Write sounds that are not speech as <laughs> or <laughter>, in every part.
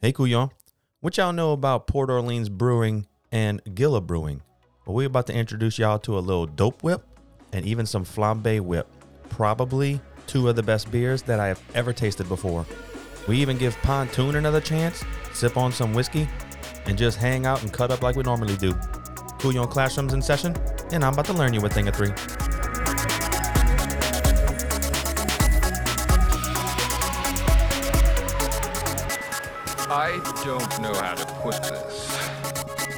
Hey, Couillon, what y'all know about Port Orleans Brewing and Gila Brewing? Well, we're about to introduce y'all to a little dope whip and even some flambe whip. Probably two of the best beers that I have ever tasted before. We even give Pontoon another chance, sip on some whiskey, and just hang out and cut up like we normally do. Couillon Classroom's in session, and I'm about to learn you a thing or three. I don't know how to put this,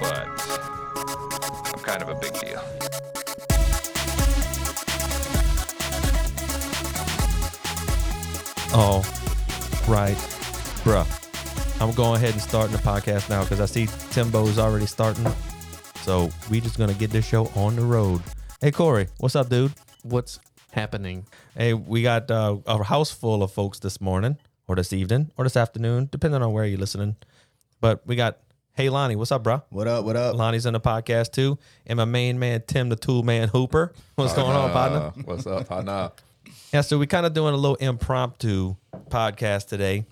but I'm kind of a big deal. All Oh, right, bruh. I'm going ahead and starting the podcast now because I see Timbo's already starting. So we just gonna get this show on the road. Hey Corey, what's up, dude? what's happening. Hey, we got uh, a house full of folks this morning, or this evening, or this afternoon, depending on where you're listening. But we got Hey Lonnie, what's up, bruh? What up? What up? Lonnie's in the podcast too, and my main man Tim, the Tool Man Hooper. What's going on, partner? Uh, What's up, partner? Yeah, so we kind of doing a little impromptu podcast today.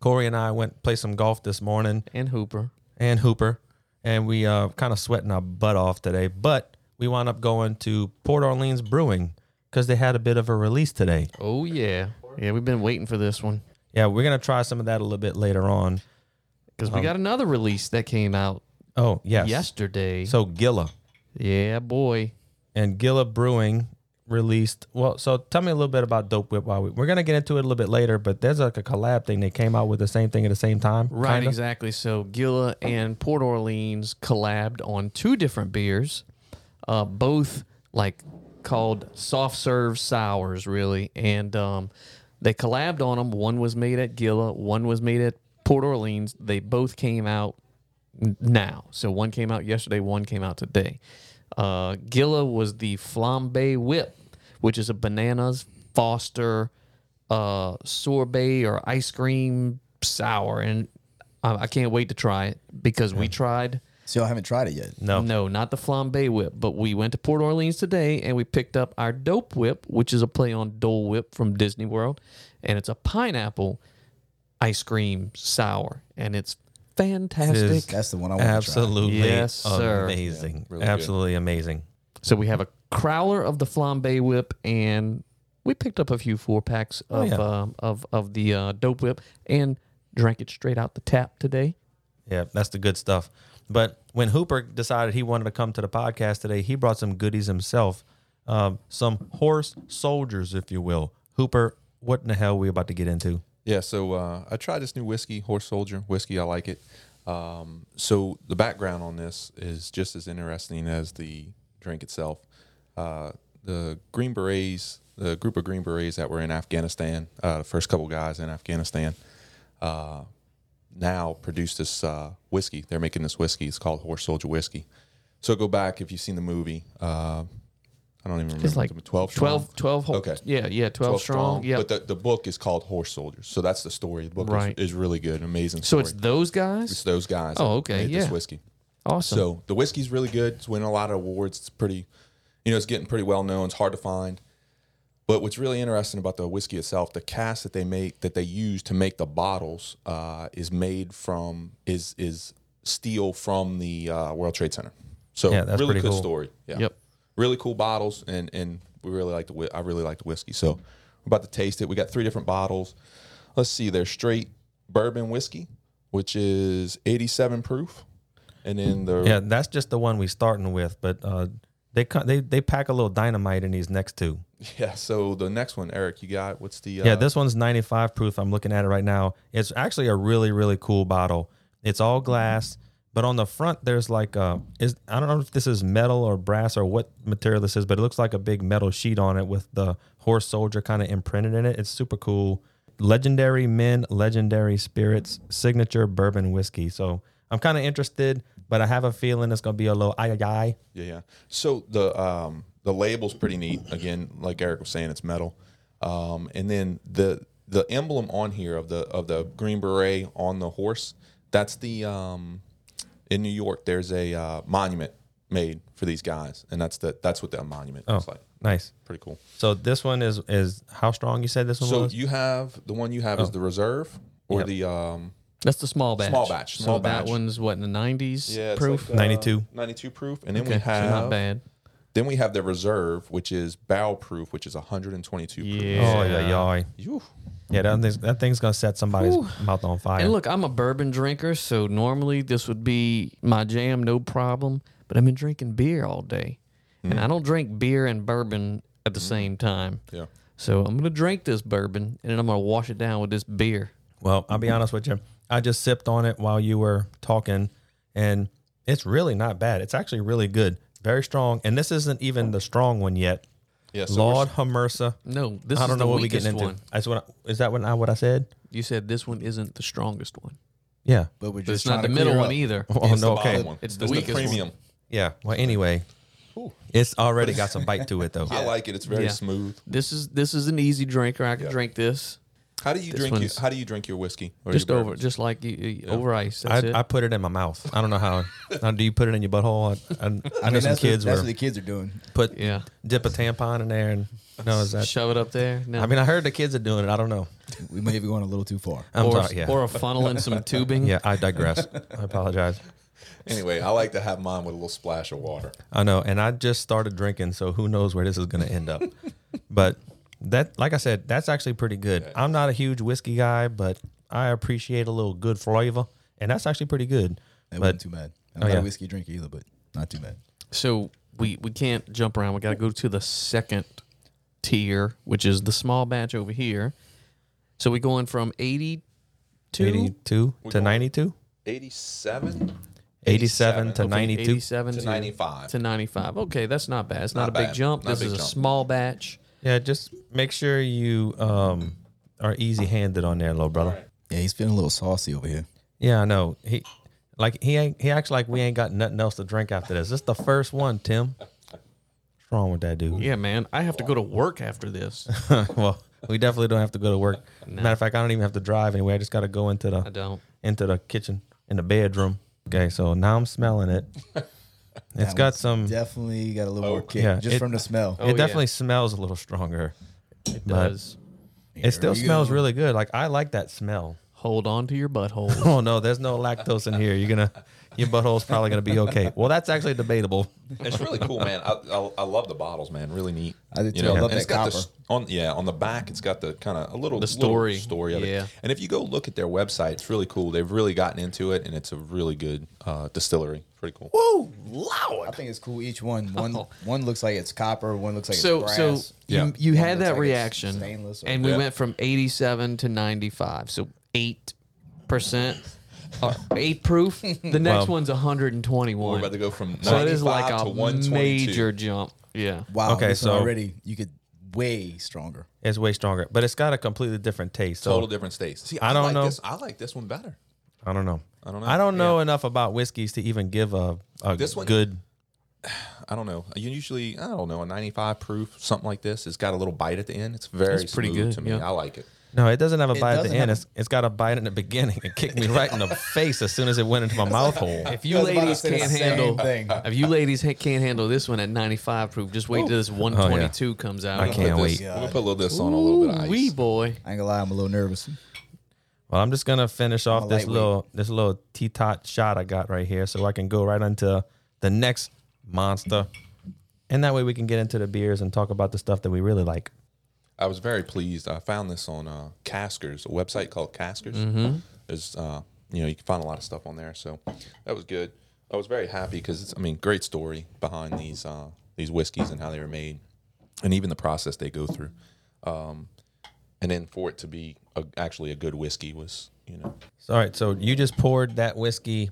Corey and I went play some golf this morning, And Hooper. and Hooper, and we uh, kind of sweating our butt off today. But we wound up going to Port Orleans Brewing because they had a bit of a release today. Oh yeah, yeah. We've been waiting for this one Yeah, we're gonna try some of that a little bit later on. because we got another release that came out Oh yes, yesterday. So Gila yeah, boy. and Gila Brewing released. Well, so tell me a little bit about Dope Whip. While we, we're gonna get into it a little bit later, but there's like a collab thing. They came out with the same thing at the same time. Right, kinda. exactly. So Gila and Port Orleans collabed on two different beers, uh, both like called soft serve sours, really. And um, they collabed on them. One was made at Gila, one was made at Port Orleans. They both came out n- now. So one came out yesterday, one came out today. Uh, Gila was the flambe whip, which is a bananas Foster uh, sorbet or ice cream sour, and I, I can't wait to try it because we tried. <laughs> So y'all haven't tried it yet. No. No, not the flambe whip, but we went to Port Orleans today and we picked up our dope whip, which is a play on Dole Whip from Disney World, and it's a pineapple ice cream sour, and it's fantastic. This is That's the one I want Absolutely Yes, sir. amazing. Absolutely amazing. So we have a crowler of the flambe whip, and we picked up a few four packs Oh, of yeah. um, of of the uh, dope whip and drank it straight out the tap today. Yeah, that's the good stuff. But when Hooper decided he wanted to come to the podcast today, he brought some goodies himself, um, some horse soldiers, if you will. Hooper, what in the hell are we about to get into? Yeah, so uh, I tried this new whiskey, Horse Soldier whiskey. I like it. Um, so the background on this is just as interesting as the drink itself. Uh, the Green Berets, the group of Green Berets that were in Afghanistan, uh, the first couple guys in Afghanistan, uh, now produce this uh, whiskey. They're making this whiskey. It's called Horse Soldier whiskey. So go back if you've seen the movie. Uh, I don't even remember. It's like twelve. strong? 12, 12 whole- Okay. Yeah, yeah, 12, strong. Yeah. But the, the book is called Horse Soldiers. So that's the story. The book is- Right. is, really good, amazing so story. it's those guys. It's those guys. Oh, that okay, made this yeah. whiskey. awesome. So the whiskey's really good. It's winning a lot of awards. It's pretty, you know, it's getting pretty well known. It's hard to find. But what's really interesting about the whiskey itself, the cast that they make that they use to make the bottles uh, is made from is is steel from the uh, World Trade Center. So Yeah, that's really pretty good cool. story. Yeah. Yep. Really cool bottles, and and we really like the whi- I really like the whiskey. So we're about to taste it. We got three different bottles. Let's see. They're straight bourbon whiskey, which is 87 proof, and then the Yeah, that's just the one we starting with, but uh, they co- they they pack a little dynamite in these next two. <laughs> Yeah. So the next one, Eric, you got what's the? Uh, Yeah, this one's 95 proof. I'm looking at it right now. It's actually a really really cool bottle. It's Mm-hmm. all glass, but on the front there's like a is I don't know if this is metal or brass or what material this is, but it looks like a big metal sheet on it with the horse soldier kind of imprinted in it. It's super cool. Legendary men, legendary spirits, signature bourbon whiskey. So I'm kind of interested, but I have a feeling it's gonna be a little aye aye aye. Yeah, yeah. So the um the label's pretty neat. Again, like Eric was saying, it's metal. Um, and then the the emblem on here of the of the green beret on the horse. That's the um in New York. There's a uh, monument made for these guys, and that's the that's what that monument looks Oh. like. Oh, Nice. Pretty cool. So this one is is how strong you said this one So was? Oh. you have the one you have is the reserve or the um That's the small batch. Small batch, So small that batch. one's what in the 90s proof. 92. 92 uh, proof, and then Okay, we so not have bad. then we have the reserve, which is barrel proof, which is 122 proof. Yeah. Oh yeah, y'all. Phew. Yeah, that thing's, that thing's gonna set somebody's mouth on fire. And look, I'm a bourbon drinker, so normally this would be my jam, no problem. But I've been drinking beer all day, Hmm. and I don't drink beer and bourbon at the same time. Yeah. So I'm gonna drink this bourbon, and then I'm gonna wash it down with this beer. Well, I'll be honest with you. I just sipped on it while you were talking, and it's really not bad. It's actually really good, very strong. And this isn't even the strong one yet. Yeah, so we're- Lord have mercy. No, this I is don't know the what we weakest getting into. one. That's what I, is that what I, what I said? You said this one isn't the strongest one. Yeah. But we're But just it's not trying the to middle clear one up. either. <laughs> Oh It's the no. Okay. bottom one. It's the weakest one. premium. Yeah. Well, anyway, it's already got some bite to it though. I like it. It's very Yeah. smooth. This is this is an easy drinker. I can drink this How do you This drink? Your, one's- how do you drink your whiskey? Or just your over, bourbons? just like you, you- over ice. That's I, it. I put it in my mouth. I don't know how. now, do you put it in your butthole? I, I, I, I know mean, some that's kids what, that's were what the kids are doing. put yeah, dip a tampon in there and no, is that? shove it up there. No. I mean, I heard the kids are doing it. I don't know. We may be going a little too far. I'm or, sorry. Yeah. or a funnel <laughs> and some tubing. Yeah, I digress. I apologize. Anyway, I like to have mine with a little splash of water. I know, and I just started drinking, so who knows where this is going to end up. but that, like I said, that's actually pretty good. I'm not a huge whiskey guy, but I appreciate a little good flavor, and that's actually pretty good. <laughs> That but wasn't too bad. I'm Oh, not yeah. a whiskey drinker either, but not too bad. So we we can't jump around. We got to go to the second tier, which is the small batch over here. So we're going from eighty to 82 to 92, 87 87 to Okay, 92. eighty-seven to 95. to ninety-five. Okay, that's not bad. It's not, Not a big bad. jump. Not a this big is a jump. small batch. Yeah, just make sure you um, are easy-handed on there, little brother. Yeah, he's feeling a little saucy over here. Yeah, I know. He like he ain't he acts like we ain't got nothing else to drink after this. This is the first one, Tim. What's wrong with that dude? Yeah, man. I have to go to work after this. <laughs> well, we definitely don't have to go to work. Matter of fact, I don't even have to drive anyway. I just got to go into I the don't. into the kitchen in the bedroom. Okay, so now I'm smelling <laughs> it. It's That got one's some. Definitely got a little more kick Yeah, just it- from the smell. Oh, it yeah. definitely smells a little stronger. It does. It still smells really good. Like I like that smell. <laughs> Hold on to your butthole. Oh no, there's no lactose in here. You're gonna your butthole's probably gonna be okay. Well, that's actually debatable. It's really cool, man. I, I, I love the bottles, man. Really neat. I do too. I love and that it's got the copper. s- on yeah, on the back, it's got the kind of a little The little story. story of Yeah. it. And if you go look at their website, it's really cool. They've really gotten into it, and it's a really good uh, distillery. Pretty cool. Ooh, loud. Oh, I think it's cool. Each <laughs> one, one, one looks like it's copper. One looks like so it's so brass. Yeah. you, you One had that looks like it's reaction stainless or- and we Yeah. went from 87 to 95 so 8 percent eight proof the next Wow. one's 121 We're about to go from so it is like 95 to a 122. major jump yeah Wow. Okay, Okay, so so- already you could way stronger. It's way stronger, but it's got a completely different taste. So total different states. See, I, I don't like know. This, I like this one better. I don't know. I don't know. I don't know enough about whiskeys to even give a, a This one- good. I don't know. You usually, I don't know, a 95 proof, something like this. It's got a little bite at the end. It's very It's pretty smooth good, to me. yeah. I like it. No, it doesn't have a bite at the doesn't end. have- It's, it's got a bite in the beginning. It kicked me right in the face as soon as it went into my mouth hole. if you I was about to ladies say the can't same handle thing. <laughs> if you ladies ha- can't handle this one at 95 proof just wait till this 122 comes out Oh, I can't Put wait. this- We'll put a little of this on a little bit of ice. wee boy I ain't gonna lie, I'm a little <laughs> nervous. Well, I'm just gonna finish off this lightweight. little this little tea tot shot I got right here, so I can go right into the next monster, and that way we can get into the beers and talk about the stuff that we really like. I was very pleased. I found this on uh, Caskers, a website called Caskers. There's, uh, you know, you can find a lot of stuff on there. So that was good. I was very happy because it's, I mean, great story behind these uh, these whiskeys and how they were made, and even the process they go through. Um, and then for it to be a, actually a good whiskey was, you know, So, all right, so you just poured that whiskey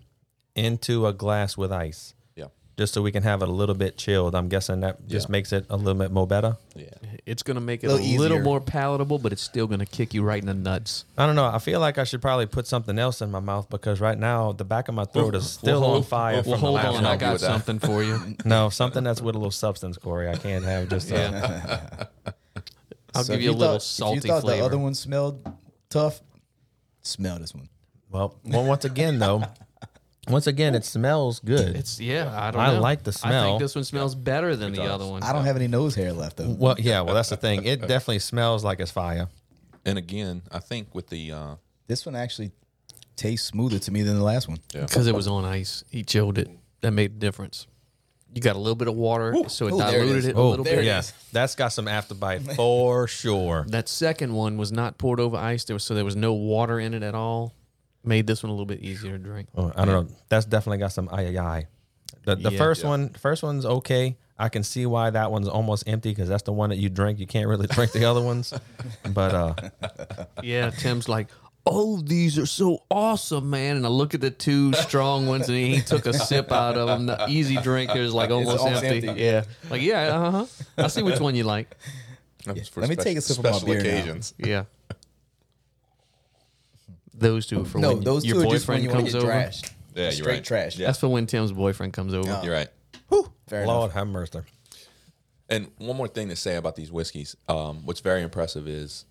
into a glass with ice, yeah, just so we can have it a little bit chilled. I'm guessing that just Yeah. makes it a little bit more better. yeah. it's gonna make it a Little little, easier. more palatable but it's still gonna kick you right in the nuts I don't know. I feel like I should probably put something else in my mouth because right now the back of my throat is still hold- on fire. we'll- from well the hold last on I'll i one. be got with that. something for you No, something that's with a little substance, Corey. I can't have just. Uh, Yeah. I'll So give if you a little thought, salty If you thought flavor. the other one smelled tough, smell this one. Well, well, once again though, once again it smells good. It's yeah, I don't I know. like the I smell. think this one smells better than the other one. I don't have any nose hair left though. well, yeah. Well, that's the thing. It definitely smells like it's fire. And again, I think with the uh, This one actually tastes smoother to me than the last one. Yeah. because it was on ice. He chilled it. That made a difference. You got a little bit of water, so it Ooh, there it diluted is. it, a Oh, little there bit. it yeah. is. That's got some afterbite for sure. That second one was not poured over ice, there was, so there was no water in it at all. Made this one a little bit easier to drink. Oh, I don't know. That's definitely got some ay ay ay. The, the Yeah. first one, first one's okay. I can see why that one's almost empty because that's the one that you drink. You can't really drink the other <laughs> ones. But uh, Yeah, Tim's like, oh, these are so awesome, man. And I look at the two strong ones, and he took a sip out of them. The easy drinker is like almost, almost empty. empty. Yeah, like yeah, uh huh. I see which one you like. That was for Let me spec- take a sip of my special beer now. occasions. Yeah. Those two are for No, when those your two are just when boyfriend you want comes to get over. trash. Yeah, you're Straight right. trash. Yeah. That's for when Tim's boyfriend comes over. You're right. Fair enough. Lord have mercy. And one more thing to say about these whiskeys, um, what's very impressive is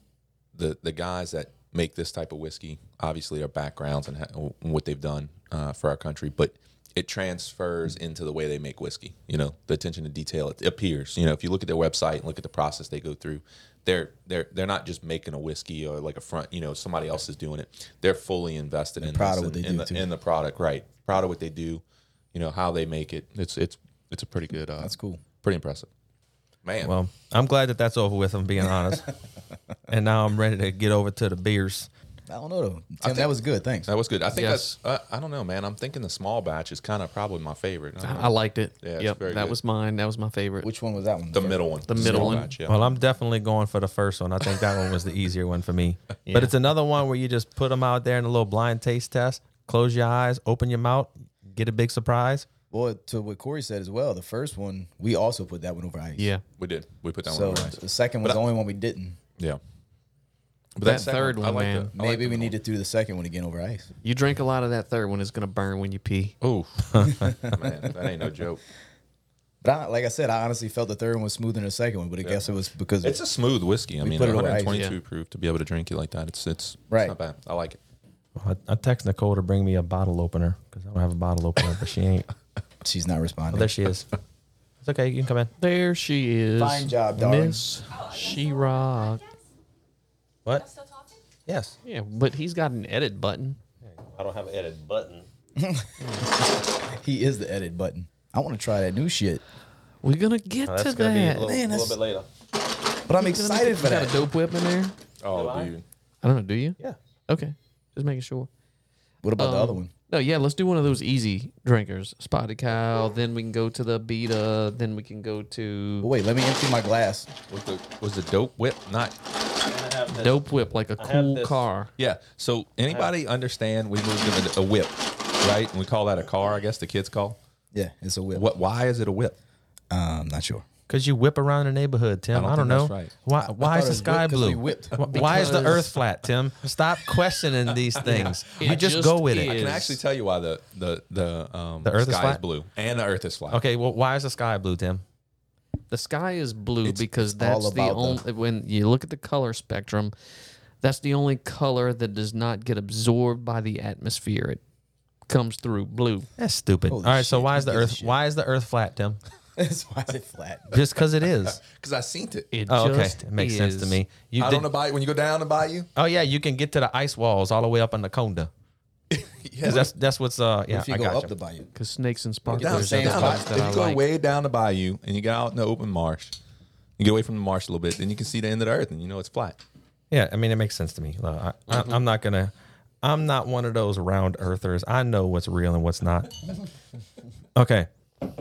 the the guys that make this type of whiskey obviously their backgrounds and ha- what they've done uh, for our country, but it transfers into the way they make whiskey. You know, the attention to detail it appears. You know, if you look at their website and look at the process they go through, they're they're they're not just making a whiskey or like a front. You know, somebody else is doing it. They're fully invested in proud this of what and- they in do, the too. in the product. Right, proud of what they do. You know how they make it. It's it's it's a pretty good. Uh, That's cool. Pretty impressive. Man. Well, I'm glad that that's over with. I'm being <laughs> honest. and now I'm ready to get over to the beers. I don't know though. Tim, that was good. Thanks. That was good. I think Yes. that's. uh, I I don't know, man. I'm thinking the small batch is kind of probably my favorite. Uh, I don't know. I liked it. Yeah, it's yep, very that good. was mine. That was my favorite. Which one was that one? the middle one. The middle small one. Batch, yeah. Well, I'm definitely going for the first one. I think that one was the easier one for me. But it's another one where you just put them out there in a little blind taste test. Close your eyes, open your mouth, get a big surprise. Well, to what Corey said as well, the first one we also put that one over ice. yeah. we did. We put that So one. on ice. the second was the only one we didn't. Yeah. But That second third I one, like the- man. I like Maybe we the middle need to do the second one again over ice. You drink a lot of that third one, it's gonna burn when you pee. one. <laughs> Oh man, that ain't no joke. But I, like I said, I honestly felt the third one was smoother than the second one. But I guess it was because It's a smooth whiskey. I mean, put it over ice, 122 yeah. proof to be able to drink it like that. It's it's Right. It's not bad. I like it. I, I text Nicole to bring me a bottle opener because I don't have a bottle opener, but she ain't. she's not Oh, responding. there she is. It's okay. You can come in. There she is. Fine job, darling. Miss She Rock. What? Yes. Yeah, but he's got an edit button. I don't have an edit button. he is the edit button. I want to try that new shit. We're gonna get Oh, to that's gonna be a that. little, Man, that's- little bit later. But I'm excited for You Got a that. dope whip in there? Oh, dude. I don't know. Do you? Yeah. Okay, just making sure. What about the Um, other one? No, yeah, let's do one of those easy drinkers. Spotted cow. Then we can go to the beta. Then we can go But to wait, let me empty my glass. Was the was the dope whip not? dope whip, like a have cool this. car. Yeah. So anybody understand? We moved them into a whip, right? And we call that a car. I guess the kids call. Yeah, it's a whip. What? Why is it a whip? Uh, I'm not sure. <laughs> Cause you whip around the neighborhood, Tim. I don't don't, think know that's right. why. Why thought is it the was sky whipped 'cause blue? we whipped. Wh- Why is the Because- earth flat, Tim? Stop questioning these things. Yeah. you It just, just go with I is. it. can actually tell you why the the the um The Earth is sky flat? blue and the Earth is flat. Okay. Well, why is the sky blue, Tim? The sky is blue because all that's the about only when you look at the color spectrum, that's the only color that does not get absorbed by the atmosphere. It comes through blue. That's stupid. Holy All right. So shit, why who is the gives a earth? shit? Why is the earth flat, Tim? That's why is it flat? Just because it is. Because I seen it. It Oh, okay. just It makes sense to is. me. You I did- don't know about you. When you go down to buy you, Oh yeah, you can get to the ice walls all the way up on the <laughs> conda. 'Cause that's that's what's uh yeah. if you I go got up you. the bayou. Because snakes and down, sparklers are same down, the spot. ones that if I you go like. way down to buy you and you get out in the open marsh, you get away from the marsh a little bit, then you can see the end of the Earth and you know it's flat. Yeah, I mean it makes sense to me. Look, I, I, Mm-hmm. I'm not gonna. I'm not one of those round earthers. I know what's real and what's <laughs> not. Okay,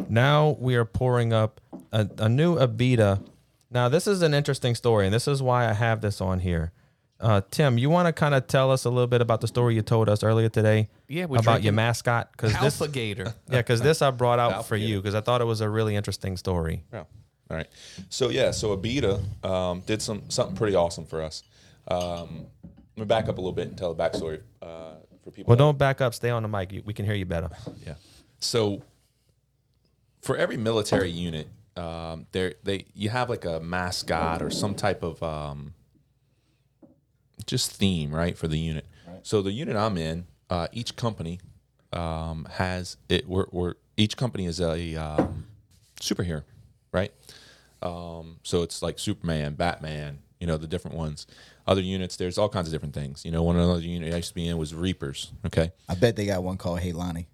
now we are pouring up a, a new Abita. Now this is an interesting story, and this is why I have this on here. Uh, Tim, you want to kind of tell us a little bit about the story you told us earlier today? Yeah, we're about your drinking mascot because this, Alpha Gator. yeah, because this I brought out for Alpha you because I thought it was a really interesting story. Yeah. All right. So yeah, so Abita um, did some something pretty awesome for us. Um, let me back up a little bit and tell the backstory uh, for people. Well, don't back up. Stay on the mic. You- We can hear you better. Yeah. So for every military unit, um, there they you have like a mascot or some type of um, just theme, right, for the unit. So the unit I'm in, uh, each company um, has it. We're, we're each company is a um, superhero, right? Um, so it's like Superman, Batman, you you know the different ones. Other units, there's all kinds of different things. You know, one other unit I used to be in was Reapers. Okay, I bet they got one called Hey Lonnie.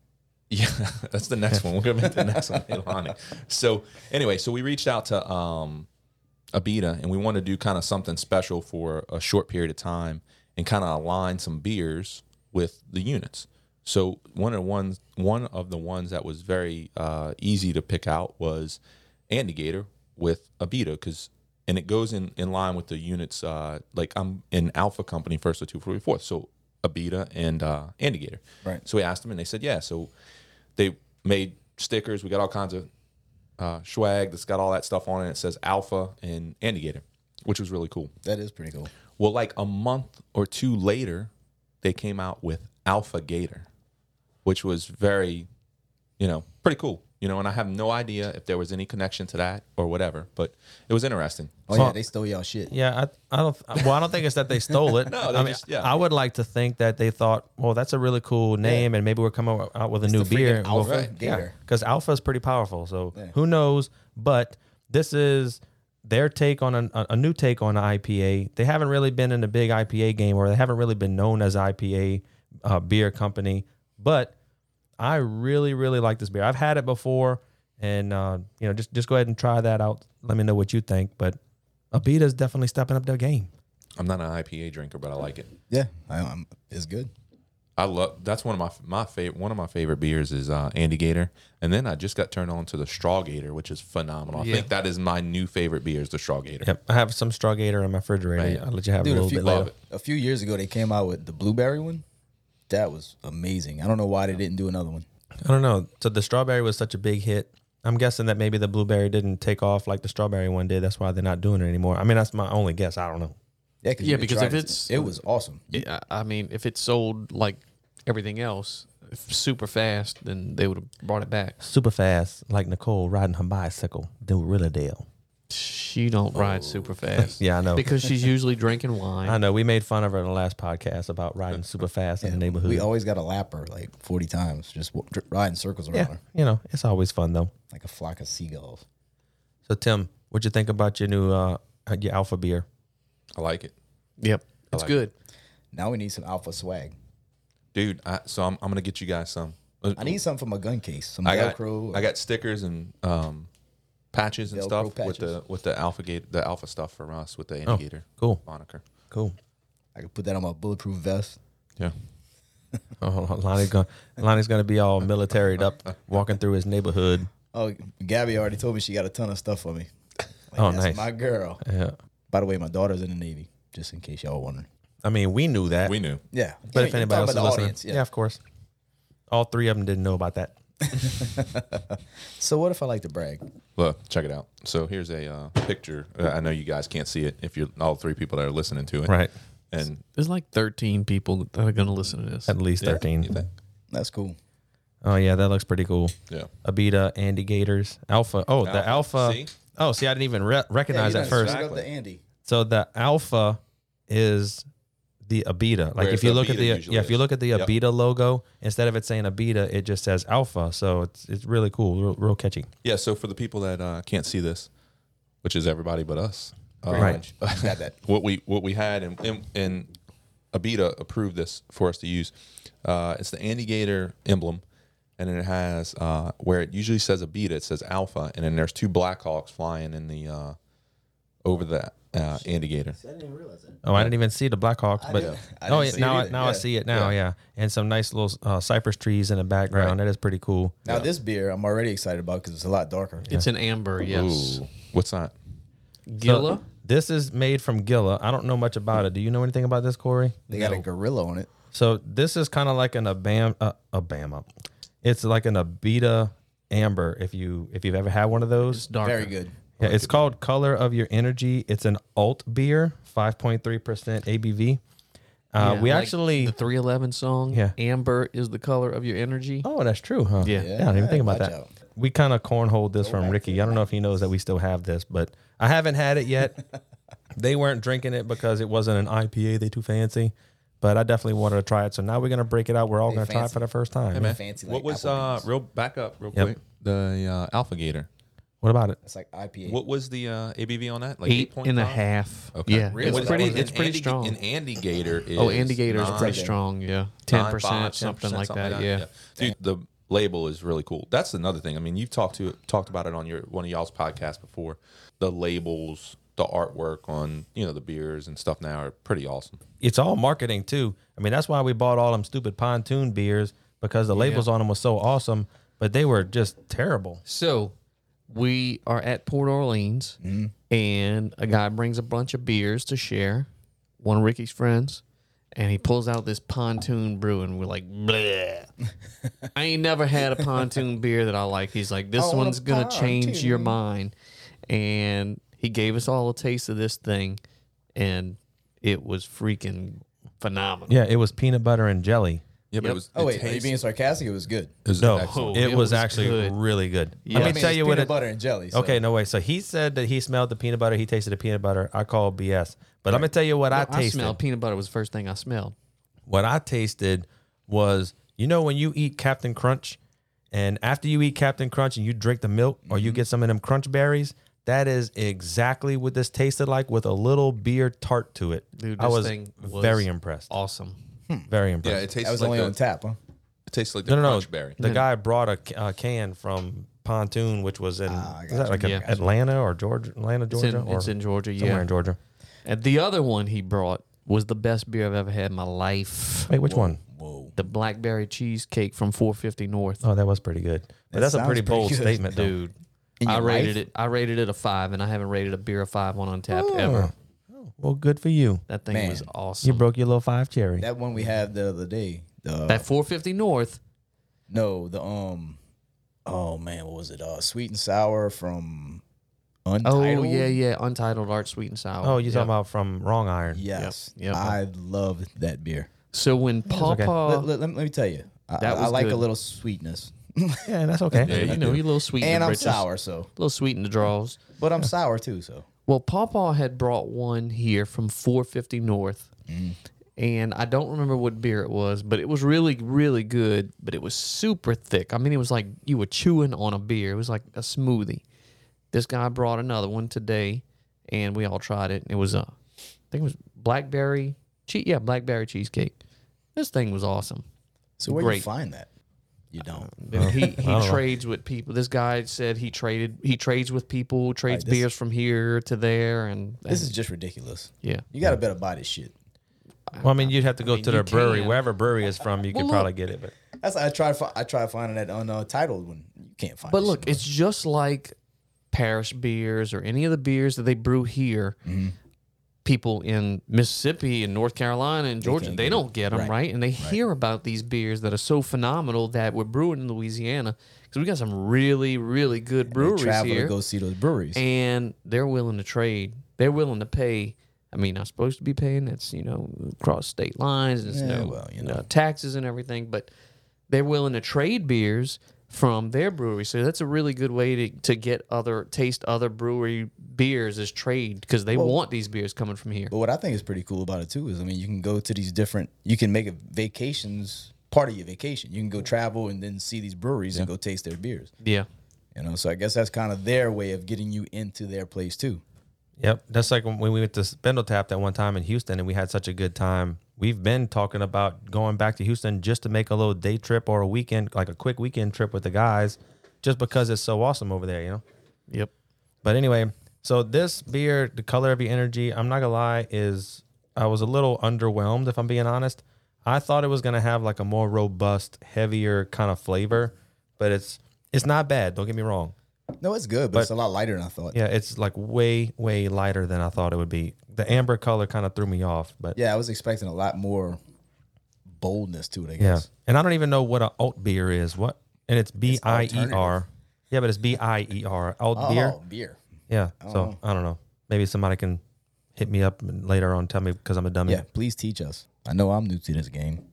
yeah, <laughs> that's the next one. We're gonna make the next one Ilani. So anyway, so we reached out to um Abita and we want to do kind of something special for a short period of time and kind of align some beers with the units. So one of the ones one of the ones that was very uh, easy to pick out was Andy Gator with Abita because and it goes in, in line with the units uh, like I'm in Alpha Company first or two forty fourth. So Abita and uh, Andy Gator. Right. So we asked them and they said yeah. So they made stickers. We got all kinds of uh, swag that's got all that stuff on it. It says Alpha and Indicator, which was really cool. That is pretty cool. Well, like a month or two later, they came out with Alpha Gator, which was very, you know, pretty cool. You know, and I have no idea if there was any connection to that or whatever, but it was interesting. Oh yeah, they stole y'all shit. Yeah, I, I don't. Well, I don't think it's that they stole it. <laughs> No, they I mean, just- yeah. I would like to think that they thought, well, that's a really cool name, and maybe we're coming out with a new the freaking beer. and Alpha Gator. because Alpha is pretty powerful. So who knows? But this is their take on an, a, a new take on an IPA. They haven't really been in a big IPA game, or they haven't really been known as IPA uh, beer company. But I really, really like this beer. I've had it before, and uh, you know, just just go ahead and try that out. Let me know what you think. But Abita's definitely stepping up their game. I'm not an IPA drinker, but I like it. Yeah, I, I'm, it's good. I love that's one of my my favorite one of my favorite beers is uh, Andy Gator, and then I just got turned on to the Straw Gator, which is phenomenal. I think that is my new favorite beer is the Straw Gator. Yep, I have some Straw Gator in my refrigerator. I'll let you have it Dude, a a little few, bit later. a few years ago, they came out with the blueberry one. That was amazing. I don't know why they didn't do another one. I don't know. So the strawberry was such a big hit. I'm guessing that maybe the blueberry didn't take off like the strawberry one did. That's why they're not doing it anymore. I mean, that's my only guess. I don't know. Yeah, cause Yeah, you could because try if it. it's- it was awesome. Yeah, I mean, if it sold like everything else if super fast, then they would have brought it back. Super fast, like Nicole riding her bicycle. Do really deal. She don't ride super fast. Yeah, I know. because she's usually drinking I wine. know. We made fun of her in the last podcast about riding super fast in the neighborhood. We always got a lapper like 40 times, just w- dr- riding circles around yeah, her you know, it's always fun though. like a flock of seagulls. So Tim, what'd you think about your new uh your alpha beer? I like it. Yep, it's like it. good. Now we need some alpha swag. dude. I, so I'm, I'm gonna get you guys some. I need something from a gun case, some I got Velcro. I got stickers and um, patches and Velcro stuff with patches. the with the alpha gate the alpha stuff from us with the Oh, indicator cool, moniker. cool. <laughs> I could put that on my bulletproof vest. Yeah, Oh, hold on. Lonnie's gonna Lonnie's gonna be all militaried up, walking through his neighborhood. Oh, Gabby already told me she got a ton of <laughs> stuff for me. Like, Oh, that's nice. my girl. Yeah. By the way, my daughter's in the Navy, just in case y'all were wondering. I mean, we knew that. we knew. Yeah. But Yeah, if you're anybody talking else is about the listening, audience, yeah. of course. All three of them didn't know about that. So what if I like to brag? Look, check it out. So here's a uh, picture. Uh, I know you guys can't see it if you're all three people that are listening to it. Right. And There's like 13 people that are gonna listen to this. At least yeah, you 13. think? That's cool. Oh, yeah, that looks pretty cool. Yeah. Abita, Andy Gators, Alpha. Oh, the Alpha, Alpha. see? Oh, see, I didn't even re- recognize that first. exactly. the Andy. So the Alpha is the Abita. Like Whereas if you the look at Abita the usually yeah, if you is. look at the Yep. Abita logo, instead of it saying Abita, it just says Alpha. So it's it's really cool, real, real catchy. Yeah. So for the people that uh, can't see this, which is everybody but us, uh, Pretty <laughs> much. Got that. what we what we had and and, and Abita approved this for us to use. Uh, it's the Andy Gator emblem, and then it has uh, where it usually says Abita, it says Alpha, and then there's two Blackhawks flying in the uh, over the uh, Andy Gator. I didn't realize that. Oh, I didn't even see the Blackhawks, but didn't- I oh, didn't yeah, see it now I, either. now I Yeah. see it now, yeah. And some nice little uh, cypress trees in the background. That is pretty cool. Now this beer I'm already excited about because it's a lot darker. It's an amber, yes. Ooh, what's that? Gila. So, this is made from Gila. I don't know much about it. Do you know anything about this, Corey? They got a gorilla on it. So this is kind of like an Abam, uh, Abama. It's like an Abita Amber. If you if you've ever had one of those, it's dark. Very good. yeah, it's called Color of Your Energy. It's an alt beer, five point three percent ABV. Uh, we actually. the 311 song. Yeah. Amber is the color of your energy. Oh, that's true, huh? Yeah. Yeah, I didn't even think about watch that. out. We kind of cornholed this from Ricky. I don't know if he knows that we still have this, but I haven't had it <laughs> yet. they weren't drinking it because it wasn't an IPA. They too fancy, but I definitely wanted to try it. So now we're gonna break it out. We're all gonna try it fancy. for the first time. Fancy. Like what was uh Applebee's. real back up real Yep. quick the uh, Alpha Gator? What about it? It's like IPA. What was the uh, ABV on that? Like eight and a 8.5? half. Okay. Yeah, Really? it's What is pretty. that? It's And pretty Andy- strong. And Andy Gator is. oh, Indicator is nine- pretty something. strong. Yeah, ten nine, five, percent, 10%, something like that. yeah. Dude, the label is really cool. That's another thing. I mean, you've talked to talked about it on your one of y'all's podcasts before. The labels, the artwork on you know the beers and stuff now are pretty awesome. It's all marketing too. I mean, that's why we bought all them stupid pontoon beers because the labels on them was so awesome, but they were just terrible. So we are at Port Orleans, Mm-hmm. and a guy brings a bunch of beers to share. One of Ricky's friends, and he pulls out this pontoon brew, and we're like, <laughs> "Bleh." I ain't never had a pontoon beer that I like. He's like, this want a one's gonna change your pontoon." mind, and he gave us all a taste of this thing, and it was freaking phenomenal. Yeah, it was peanut butter and jelly. Yeah, but Yep. it was. oh it wait, are you tastes- being sarcastic? It was good. it was No, excellent. it, it was, was actually good. really good. Yeah. Let I me mean, tell it's you what peanut it. butter and jelly. so- Okay, no way. So he said that he smelled the peanut butter. He tasted the peanut butter. I call BS. But I'm gonna tell you what I I tasted. smelled peanut butter was the first thing I smelled. what I tasted was you know when you eat Captain Crunch, and after you eat Captain Crunch and you drink the milk or Mm-hmm. you get some of them crunch berries, that is exactly what this tasted like with a little beer tart to it. Dude, I this was, thing was very impressed. Awesome. Very Yeah, impressed. it tastes that was like only the, on tap, huh? It tastes like the no, no, no. crunch berry. The guy brought a, ca- a can from Pontoon, which was in is that like a- Ah, Yeah. Atlanta or Georgia, Atlanta, It's Georgia, in, or it's in Georgia. Yeah. somewhere in Georgia. And the other one he brought was the best beer I've ever had in my life. Wait, which one? Whoa. The blackberry cheesecake from 450 North. Oh, that was pretty good. But That that's a sounds pretty pretty bold good. statement, though. Dude, In your I rated life? it. Oh, I rated it a five, and I haven't rated a beer a five on Untapped ever. Oh, Well, good for you. That thing was Man. You awesome. broke your little five cherry. That one we had the other day. Uh, that 450 North. no, the um, oh man, what was it? Uh, sweet and sour from Untitled. Oh yeah, yeah. Untitled Art Sweet and Sour. Oh, you're Yep. talking about from Wrong Iron. Yes, Yep, yep. I loved that beer. So when okay. Pawpaw, let, let- let me- let me tell you, I, Uh, That I was like a good. <laughs> little sweetness, Yeah, that's okay. Yeah, you know, do. he a little sweet in <laughs> and the I'm britches, sour, so A little sweet in the draws. but I'm sour too, so Well, Pawpaw had brought one here from 450 North, and I don't remember what beer it was, but it was really, really good. But it was super thick. I mean, it was like you were chewing on a beer. It was like a smoothie. This guy brought another one today, and we all tried it. It was uh, I think it was blackberry cheese. Yeah, blackberry cheesecake. This thing was awesome. so where Great. Uh, you find that? You Uh, don't. <laughs> He he trades with people. This guy said he traded. He trades with people. Trades this- beers from here to there, and, This and- is just ridiculous. yeah. You got to better buy this shit. Well, I mean, you'd have to go mean, to you their brewery, can. wherever brewery is from. You Well, could look. probably get it, but That's I tried. fi- I tried finding that untitled one. You can't find. But this look, shit. it's just like Parish beers or any of the beers that they brew here. Mm-hmm. People in Mississippi and North Carolina and Georgia, they, can't get don't get them, right? Right. And they hear about these beers that are so phenomenal that we're brewing in Louisiana because we got some really, really good They breweries travel here. to go see those breweries. and they're willing to trade. They're willing to pay. I mean, I'm supposed to be paying. It's you know across state lines. It's Yeah, no well, you no taxes and everything. But they're willing to trade beers from their brewery. So that's a really good way to, to get other taste other brewery beers is trade because they want these beers coming from here. But what I think is pretty cool about it too is, I mean, you can go to these different. You can make a vacations part of your vacation. You can go travel and then see these breweries and go taste their beers. Yeah, You know, so I guess that's kind of their way of getting you into their place too. yep. That's like when we went to Spindle Tap that one time in Houston, and we had such a good time. We've been talking about going back to Houston just to make a little day trip or a weekend, like a quick weekend trip with the guys, just because it's so awesome over there, you know. yep. But anyway, so this beer, the color of your energy, I'm not gonna lie, is I was a little underwhelmed if I'm being honest. I thought it was gonna have like a more robust, heavier kind of flavor, but it's it's not bad. Don't get me wrong. No, it's good, but, it's a lot lighter than I thought. Yeah, Yeah, it's like way way lighter than I thought it would be. The amber color kind of threw me off, but yeah. I was expecting a lot more boldness to it. I guess. And I don't even know what an alt beer is. What? And it's B I E R. Yeah, but it's B I E R. Alt Oh, beer. beer. beer. Yeah. So I don't know. Maybe somebody can hit me up and later on tell me because I'm a dummy. Yeah, please teach us. I know I'm new to this game.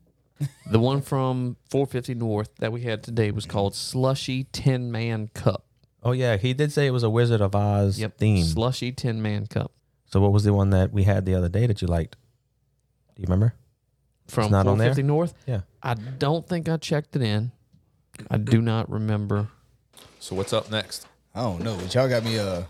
The one from 450 North that we had today was called Slushy Tin Man Cup. Oh yeah, he did say it was a Wizard of Oz Yep. theme. Slushy Tin Man Cup. so what was the one that we had the other day that you liked? Do you remember? from not on there? 450 North. Yeah. I don't think I checked it in. I do not remember. So what's up next? I don't know, but y'all got me uh,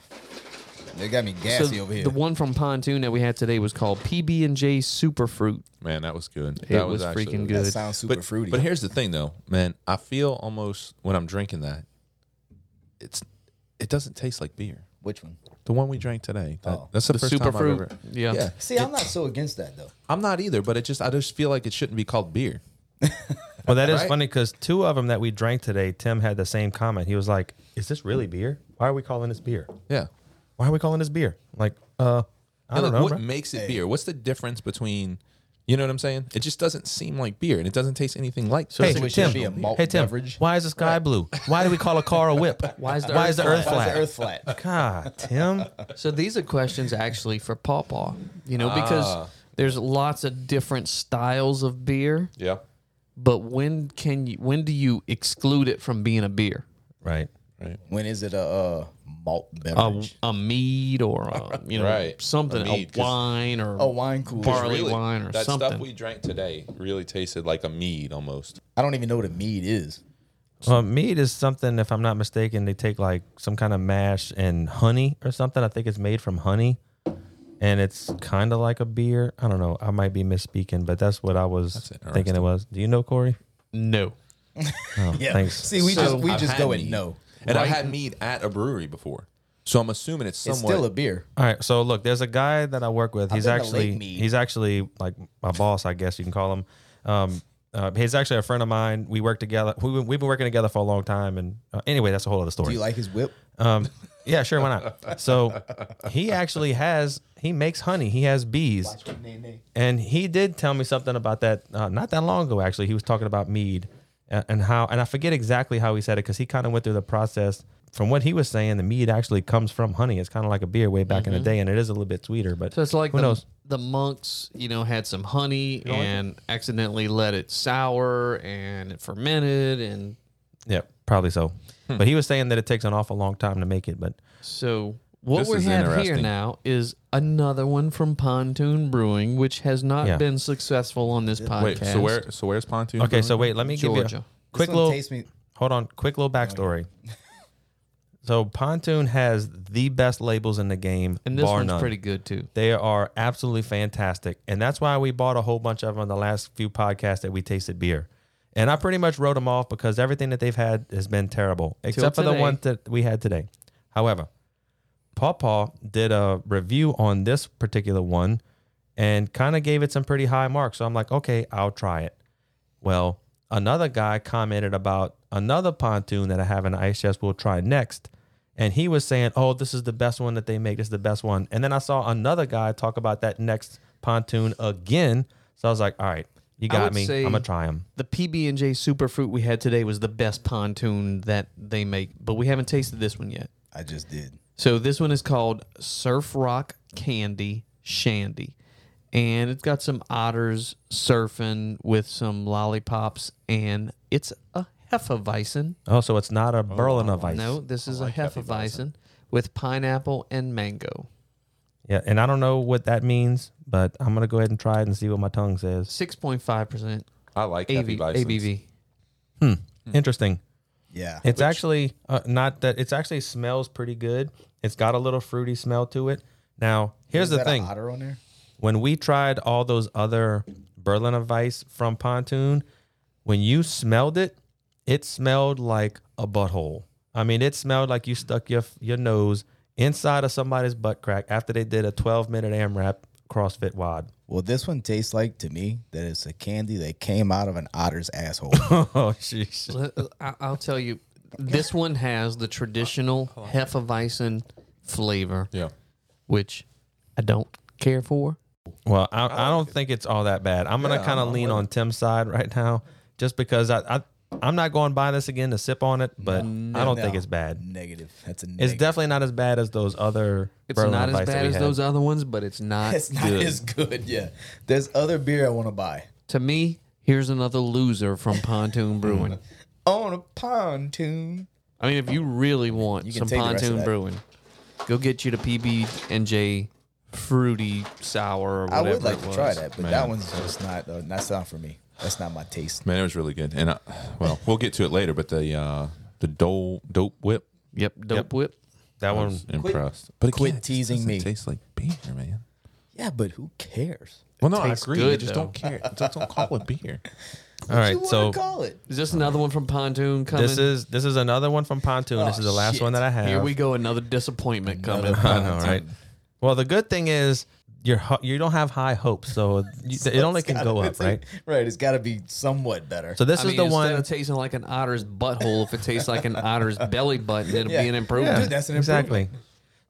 they got me gassy over here. the one from Pontoon that we had today was called PB and J Superfruit. Man, that was good. It that was actually freaking really that good. sounds super but, fruity. But here's the thing, though, man. I feel almost when I'm drinking that, it's it doesn't taste like beer. Which one? The one we drank today. That, Oh. that's the, first time superfruit? I've ever. Yeah. See, I'm not so against that though. I'm not either, but it just I just feel like it shouldn't be called beer. Well, that is Right? funny because two of them that we drank today, Tim had the same comment. He was like, "Is this really beer? Why are we calling this beer? Yeah. Why are we calling this beer?" I'm like, uh, I And, don't like, know. what bro. makes it beer? What's the difference between you know what I'm saying? It just doesn't seem like beer and it doesn't taste anything Hey, like So beer. it Tim. should be a malt Hey Tim, beverage. why is the sky blue? Why do we call a car a whip? Why is the Why earth is the flat? earth <laughs> Why is flat? the Earth flat? God, Tim. So these are questions actually for Pawpaw, you know, because Ah. there's lots of different styles of beer, Yeah. but when can you when do you exclude it from being a beer? Right. Right. When is it a uh, malt A, beverage? a mead or <laughs> a, you know Right. something, A a, mead, 'cause- wine or A wine cooler. Barley wine or that something. stuff we drank today really tasted like a mead almost. I don't even know what a mead <laughs> is. Well, mead is something, if I'm not mistaken, they take like some kind of mash and honey or something. I think it's made from honey, and it's kind of like a beer. I don't know. I might be misspeaking, but that's what I was thinking it was. Do you know Corey? no. Oh, Yeah. Thanks. See, we So, just we I've just had go and mead. no. And I've had mead at a brewery before. So I'm assuming it's It's somewhat still a beer. All right. So look, there's a guy that I work with. He's been to Lake actually Mead. he's actually like my boss, I guess you can call him. Um, uh, he's actually a friend of mine. We work together. We, we've been working together for a long time. And uh, anyway, that's a whole other story. Do you like his whip? Um, yeah, sure, why <laughs> not? So he actually has he makes honey. He has bees, and he did tell me something about that uh, not that long ago. Actually, he was talking about mead uh, and how, and I forget exactly how he said it because he kind of went through the process. From what he was saying, the mead actually comes from honey. It's kind of like a beer way back in the day, and it is a little bit sweeter. But Mm-hmm. So it's like who the, knows? the monks, you know, had some honey and accidentally let it sour and it fermented and Yeah, probably so. Hmm. But he was saying that it takes an awful long time to make it. But So what This we is have here interesting. now is another one from Pontoon Brewing, which has not Yeah. been successful on this podcast. Wait, so where so where's Pontoon? okay, Brewing? so wait, let me give you Mm-hmm. Georgia. a quick This one little tastes me- Hold on, quick little backstory. so Pontoon has the best labels in the game, And this bar one's none. pretty good too. They are absolutely fantastic, and that's why we bought a whole bunch of them on the last few podcasts that we tasted beer. And I pretty much wrote them off because everything that they've had has been terrible, except for the today. one that we had today. However, Pawpaw did a review on this particular one and kind of gave it some pretty high marks. So I'm like, okay, I'll try it. Well, another guy commented about another pontoon that I have in the ice chest we'll try next. And he was saying, oh, this is the best one that they make. This is the best one. And then I saw another guy talk about that next pontoon again. So I was like, all right, you got would me. say- I'm going to try them. The PB and J Superfruit we had today was the best pontoon that they make, but we haven't tasted this one yet. I just did. So this one is called Surf Rock Candy Shandy. And it's got some otters surfing with some lollipops, and it's a hefeweizen. Oh, so it's not a Berliner Weiss. No, this is a Hefeweizen with pineapple and mango. Yeah, and I don't know what that means, but I'm going to go ahead and try it and see what my tongue says. 6.5% I like AV, heavy license. ABV. Interesting. Yeah. It's actually uh, not that. It's actually smells pretty good. It's got a little fruity smell to it. Now, here's Is the that a thing: otter on there? when we tried all those other Berliner Weiss from Pontoon, when you smelled it, it smelled like a butthole. I mean, it smelled like you stuck your your nose inside of somebody's butt crack after they did a 12 minute AMRAP CrossFit <laughs> wad. Well, this one tastes like to me that it's a candy that came out of an otter's <laughs> asshole. Oh, sheesh. Let- uh, I- I'll tell you, <laughs> this one has the traditional Hefeweizen flavor, Yeah. which I don't care for. Well, I, I don't think it's all that bad. I'm gonna Yeah, kind I'm- of I'm lean with on Tim's side right now, just because I, I I'm not going to buy this again to sip on it, but I don't think No. it's bad. negative. That's a It's negative. definitely not as bad as those other. It's Berliner not as Weiss that bad we as had. those other ones, but it's not. <laughs> It's not good. as good. Yeah. There's other beer I want to buy. To me, here's another loser from <laughs> Pontoon Brewing. On a pontoon. I mean, if you really want You can some take the rest of Pontoon that. Brewing, go get you the PB and J fruity sour or I whatever. would like it to try was. that, but Man. that one's just not. Uh, that's not for me. That's not my taste. Man, it was really good. And I, well, we'll get to it later, but the uh the Dole Dope Whip Yep, dope Yep. whip. That I one. was impressed. But quit it just teasing doesn't me. Tastes like beer, man. Yeah, but who cares? Well, no, I tastes agree. good, I just though. don't care. Just don't call it beer. All right, you so wanna call it? Is this another one from Pontoon coming? this is this is another one from Pontoon. this Oh, is the last shit. one that I have. Here we go, another disappointment coming. I know, right? Well, the good thing is you're ho- you don't have high hopes, <laughs> so, you, it only It's can gotta- go up, it's like- right? Right. It's got to be somewhat better. So this I is mean, the instead one. of tasting like an otter's butthole, if it tastes like an <laughs> otter's belly button, it'll Yeah. be an yeah, improvement. Dude, that's an exactly.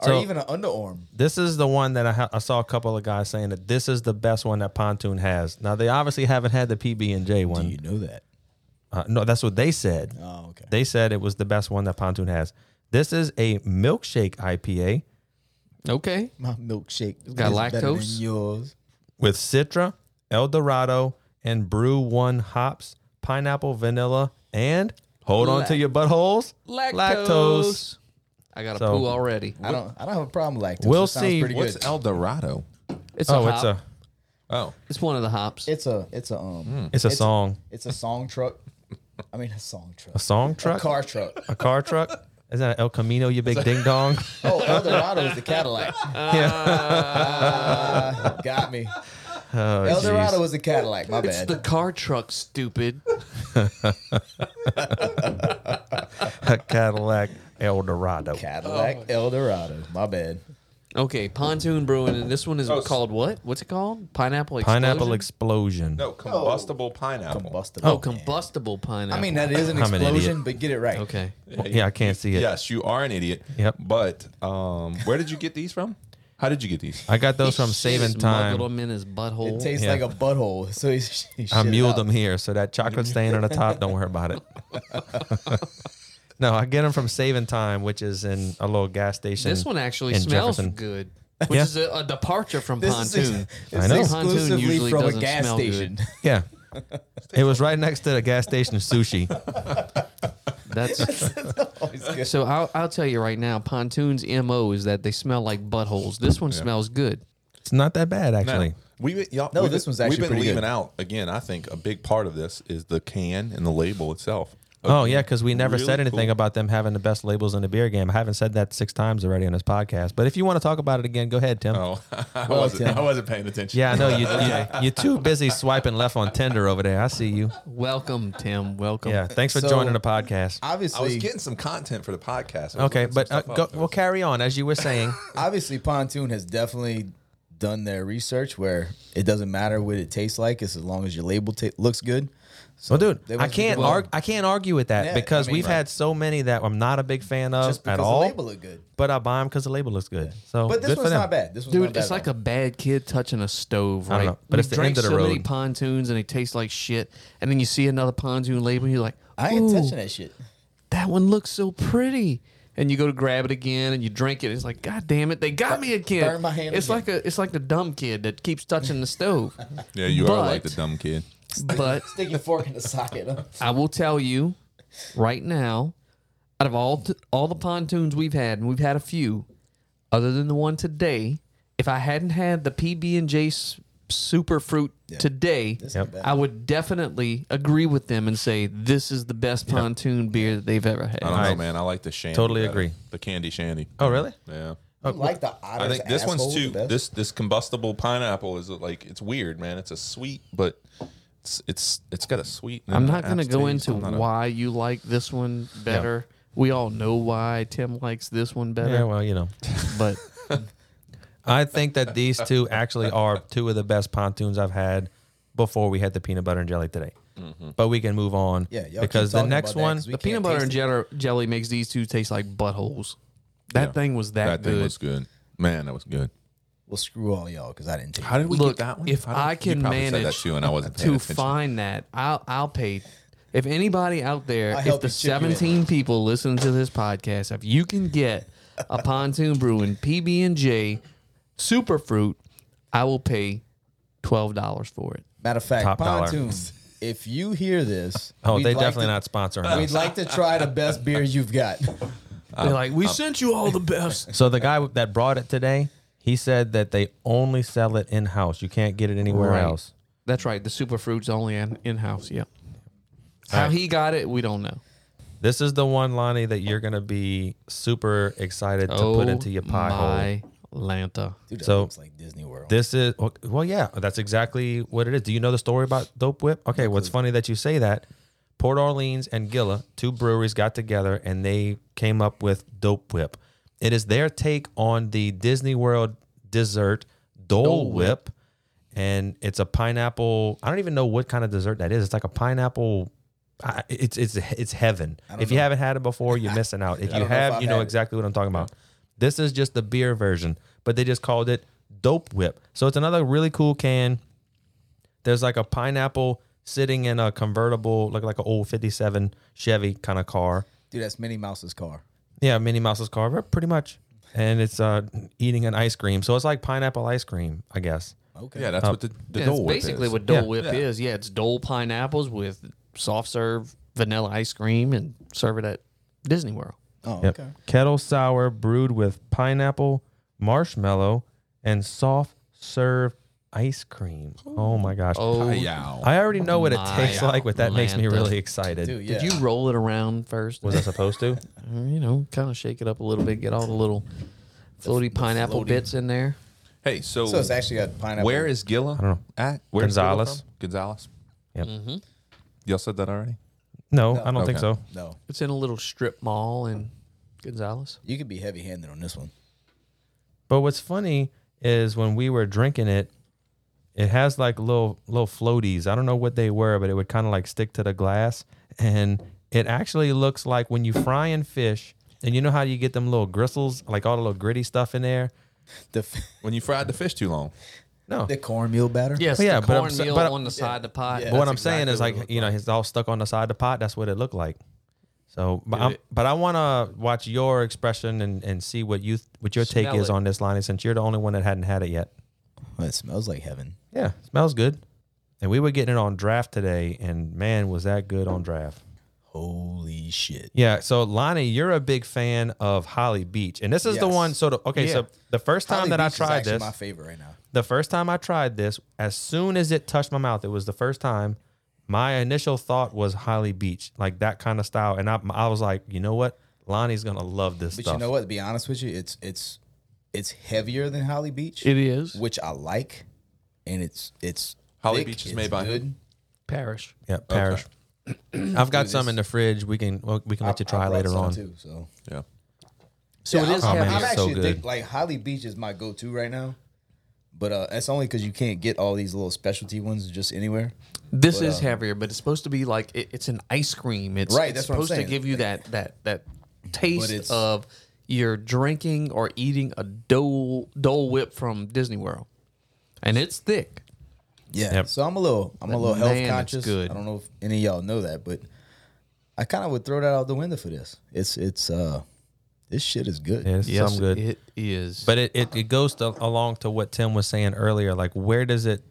or So even an underarm. this is the one that I, ha- I saw a couple of guys saying that this is the best one that Pontoon has. Now they obviously haven't had the PB and J one. You know that. Uh, no, that's what they said. Oh, okay. They said it was the best one that Pontoon has. This is a milkshake IPA Okay. My milkshake got is better than lactose? yours. with Citra, El Dorado, and Brew One hops, pineapple, vanilla, and hold on to your buttholes. I got a So- poo already. I don't. I don't have a problem with lactose. We'll It sounds see. <laughs> Pretty What's good. El Dorado? It's Oh, a it's a Oh, it's one of the hops. It's a. It's a. Um. it's a song. It's a song truck. I mean, a song truck. A song truck? A car truck. A car truck? <laughs> Is that an El Camino, you big ding dong? <laughs> Oh, El Dorado is the Cadillac. Uh, Ah, got me. Oh, El Dorado jeez. is the Cadillac. My It's bad. the car truck, stupid. A Cadillac El Dorado. Cadillac Oh, El Dorado. My bad. Okay, Pontoon Brewing, and this one is called what? What's it called? Pineapple Explosion? Pineapple explosion. no, combustible pineapple. Combustible. Oh, man. combustible pineapple. I mean, that is an <laughs> I'm an idiot. explosion, but get it right. Okay. Well, yeah, I can't see it. Yes, you are an idiot. Yep. But um, where did you get these from? How did you get these? I got those from Saving Time. Smuggled them in his butthole. It tastes Yeah. like a butthole. <laughs> So he's. he I shit it muled out. them here, so that chocolate stain on the top, don't worry about it. <laughs> no, I get them from Saving Time, which is in a little gas station. this one actually in smells Jefferson. <laughs> good, which Yeah. is a, a departure from This is Pontoon. it's I know. Pontoon exclusively usually from a doesn't gas smell good. station. <laughs> Yeah. It was right next to the gas station sushi. <laughs> That's <laughs> Always good. so. I'll, I'll tell you right now, Pontoon's mo is that they smell like buttholes. This one smells good. It's not that bad, actually. We y'all, No, we've this been- one's actually we've been pretty good. leaving out again. I think a big part of this is the can and the label itself. Oh yeah, because we never Really said anything cool. about them having the best labels in the beer game. I haven't said that six times already on this podcast. But if you want to talk about it again, go ahead, Tim. Oh, <laughs> I, Well, wasn't, Tim. I wasn't paying attention. Yeah, I know you, you. You're too busy swiping left on Tinder over there. I see you. Welcome, Tim. Welcome. Yeah, thanks for So- joining the podcast. I was Obviously, getting some content for the podcast. I was Okay, looking but some uh, stuff go, up. we'll carry on as you were saying. obviously, Pontoon has definitely done their research where it doesn't matter what it tastes like, it's as long as your label ta looks good. So Well, dude, they I must be can't doing- argue. I can't argue with that Yeah, because I mean, we've right. had so many that I'm not a big fan of just because uh, at the all. label look good. But I buy them because the label looks good. So, But this good for one's them. not bad. This one's Dude, not bad it's at like all. a bad kid touching a stove, right? I don't know, but We've it's the drank end of the so many road. pontoons and they taste like shit. And then you see another pontoon label, and you're like, I ain't "Ooh, touching that shit. <laughs> that one looks so pretty. And you go to grab it again, and you drink it. It's like, God damn it, they got me again. burn my hand it's again. like a, it's like the dumb kid that keeps touching the stove. <laughs> Yeah, you are like the but- dumb kid. but Stick your fork in the socket. <laughs> I will tell you, right now, out of all t- all the pontoons we've had, and we've had a few, other than the one today, if I hadn't had the PB and J super fruit today, ain't bad. I would definitely agree with them and say this is the best pontoon beer that they've ever had. I don't know, Alright. man. I like the shandy. Totally better. agree. The candy shandy. Oh, really? Yeah. You like the otters. I think this one's asshole too. the best? This this combustible pineapple is like it's weird, man. It's a sweet, but it's it's it's got a sweet. I'm not going to aftertaste. go into I'm not a- why you like this one better. We all know why Tim likes this one better, Yeah, well, you know. <laughs> <laughs> but I think that these two actually are two of the best pontoons I've had before we had the peanut butter and jelly today. But we can move on. Mm-hmm. Yeah, y'all keep because the talking next about that one, 'cause we the can't peanut butter taste and it. jelly, jelly makes these two taste like buttholes. That Yeah. thing was that, That good. thing was good, man. That was good. Well, screw all y'all because I didn't take. How did we Look, get that one? if How did- I you can probably said that manage too, and I wasn't paying to attention. find that, I'll I'll pay. If anybody out there, I'll if help the you chip you in. 17 people listening to this podcast, if you can get <laughs> a pontoon brewing PB and J superfruit, I will pay twelve dollars for it. Matter of fact, Top dollar. pontoon. If you hear this, <laughs> oh, we'd they like definitely to- not sponsoring <laughs> <laughs> We'd us. like to try the best beer you've got. <laughs> They're like, we sent you all the <laughs> best. So the guy that brought it today, he said that they only sell it in house. You can't get it anywhere Right. else. That's right. The superfruit's only in in house. Yeah. How he got it, we don't know. This is the one, Lonnie, that you're gonna be super excited to put into your pie hole. Oh my Lanta. Dude, that So- looks like Disney World. This is well, yeah, that's exactly what it is. Do you know the story about Dope Whip? Okay, what's funny that you say that. Port Orleans and Gila, two breweries, got together and they came up with Dope Whip. It is their take on the Disney World dessert Dole, Whip, and it's a pineapple. I don't even know what kind of dessert that is. It's like a pineapple. I, it's it's it's heaven. If you haven't had it before, you're missing out. If you don't know if have, I've you know had it. exactly what I'm talking about. This is just the beer version, but they just called it Dope Whip. So it's another really cool can. There's like a pineapple sitting in a convertible, like like an old '57 Chevy kind of car. Dude, that's Minnie Mouse's car. Yeah, Minnie Mouse's car, but pretty much. And it's uh, eating an ice cream, so it's like pineapple ice cream, I guess. Okay. Yeah, that's what the, the Yeah, Dole Whip that's basically is. what Dole Yeah. Whip is. Yeah, it's Dole pineapples with soft serve vanilla ice cream and serve it at Disney World. Oh, Yep. okay. Kettle sour brewed with pineapple, marshmallow, and soft serve ice cream. Oh my gosh! Oh, Payow. I already know what it My tastes like, but that makes me Atlanta. really excited. Dude, yeah. Did you roll it around first? Was I supposed to? you know, kind of shake it up a little bit, get all the little floaty pineapple floaty. bits in there. Hey, so, So it's actually got pineapple. where is Gila? I don't know. At? Where's Gila Gonzales. from? Gonzales. Yep. Mm-hmm. Y'all said that already? No, I don't think Okay. so. No, It's in a little strip mall in Gonzales. you could be heavy-handed on this one. <laughs> But what's funny is when we were drinking it, it has like little little floaties. I don't know what they were, but it would kind of like stick to the glass, and it actually looks like when you fry in fish, and you know how you get them little gristles, like all the little gritty stuff in there. The f- When you fried the fish too long. No, the cornmeal batter. Yes, Yeah, the but I'm sa- cornmeal but I- on the side of the pot. Yeah. But what I'm That's saying is exactly what it like looked you know it's all stuck on the side of the pot. That's what it looked like. So, but, I'm, but I want to watch your expression and, and see what you what your take Smell is it. on this, Lonnie, since you're the only one that hadn't had it yet. Well, Oh, it smells like heaven. Yeah, smells good. And we were getting it on draft today, and man, was that good on draft. Holy shit! Yeah. So Lonnie, you're a big fan of Holly Beach, and this is the Yes. one. So the, okay, so the first time Holly that I Beach is tried actually this, my favorite right now. the first time I tried this, as soon as it touched my mouth, it was the first time. My initial thought was Holly Beach, like that kind of style, and I, I was like, you know what, Lonnie's gonna love this But stuff. you know what? To be honest with you, it's it's it's heavier than Holly Beach, It is. which I like, and it's it's Holly thick, Beach is it's made by who? good. Parish. yeah, <clears throat> Parish. I've got some in the fridge. We can well, we can let you I try brought later some on. too. So Yeah. So it is Oh, I'm, man, heavy. I'm it's so actually good. think, like Holly Beach is my go-to right now, but uh that's only because you can't get all these little specialty ones just anywhere. This is heavier, but it's supposed to be like it, it's an ice cream. It's, um, Right, it's that's what I'm supposed to saying. give you that that that it's- taste of you're drinking or eating a Dole Dole Whip from Disney World, and it's thick. Yeah. Yep. So I'm a little I'm But a little health man, it's conscious. good. I don't know if any of y'all know that, but I kind of would throw that out the window for this. It's it's uh this shit is good. Yeah, this is something good. it is. But it, it, it goes to, along to what Tim was saying earlier. Like, where does it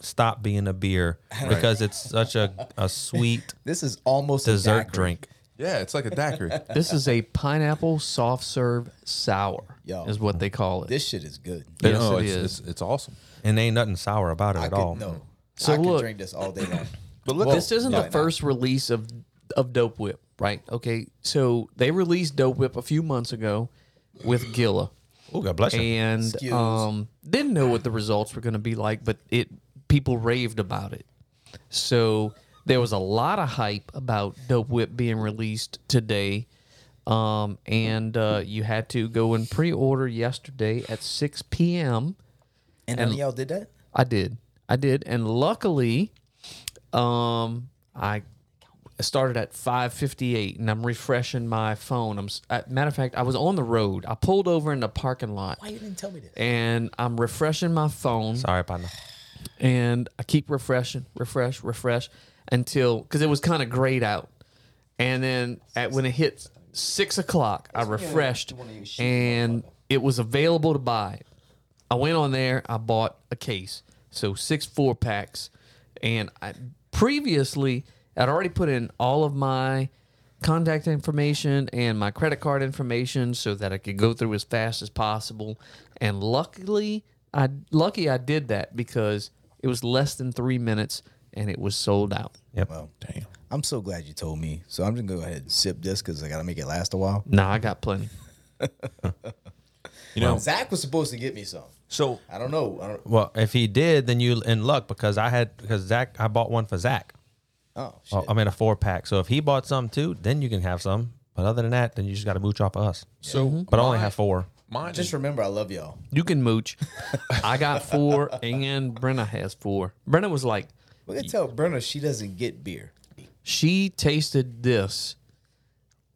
stop being a beer? Because it's such a, a sweet This is almost a dessert daiquiri. drink. Yeah, it's like <laughs> a daiquiri. this is a pineapple soft serve sour. Yo. is what they call it. This shit is good. Yes, No, it it's, is. It's, it's awesome. And ain't nothing sour about it I at could all. no. So I could look- drink this all <clears throat> day long. But look, this isn't the first release of of Dope Whip, right? Okay, so they released Dope Whip a few months ago with Gila. Oh, God bless you. and Excuse. um, didn't know what the results were going to be like, but it people raved about it. So there was a lot of hype about Dope Whip being released today, um, and uh, you had to go and pre-order yesterday at 6 p.m. And none of y'all did that? I did, I did, and luckily, um, I started at 5:58, and I'm refreshing my phone. I'm s- uh, matter of fact, I was on the road. I pulled over in the parking lot Why you didn't tell me this? and I'm refreshing my phone Sorry, partner. and I keep refreshing, refresh, refresh until because it was kind of grayed out. And then at, when it hit six o'clock, I refreshed and it was available to buy. I went on there, I bought a case, so six four packs, and I previously I'd already put in all of my contact information and my credit card information so that I could go through as fast as possible. And luckily, I lucky I did that because it was less than three minutes and it was sold out. Yep. Well, damn. I'm so glad you told me. So I'm just gonna go ahead and sip this because I gotta make it last a while. Nah, I got plenty. You know, Zach was supposed to get me some. so I don't know. I don't. Well, if he did, then you in luck because I had because Zach I bought one for Zach. Oh shit. Oh, I mean a four pack. So if he bought some too, then you can have some. But other than that, then you just got to mooch off of us. so, Mm-hmm. But I only have four. Mine Just remember, I love y'all. You can mooch. I got four, and Brenna has four. Brenna was like, We can tell Brenna she doesn't get beer. she tasted this